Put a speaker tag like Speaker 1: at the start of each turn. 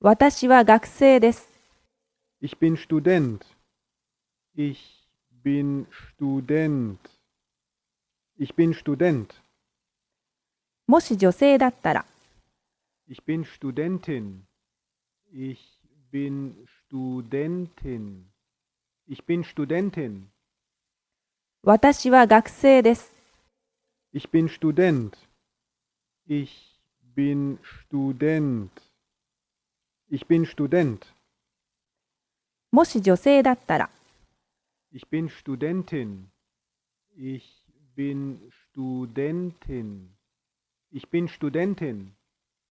Speaker 1: 私は学生です。
Speaker 2: Ich bin Student. Ich bin Student. Ich bin Student.
Speaker 1: もし女性だったら、
Speaker 2: Ich bin Studentin. Ich bin Studentin. Ich bin Studentin.
Speaker 1: 私は学生です。
Speaker 2: Ich bin Student. Ich bin Student. Ich bin Student.
Speaker 1: もし女性だったら、
Speaker 2: Ich bin Studentin. Ich bin Studentin. Ich bin Studentin.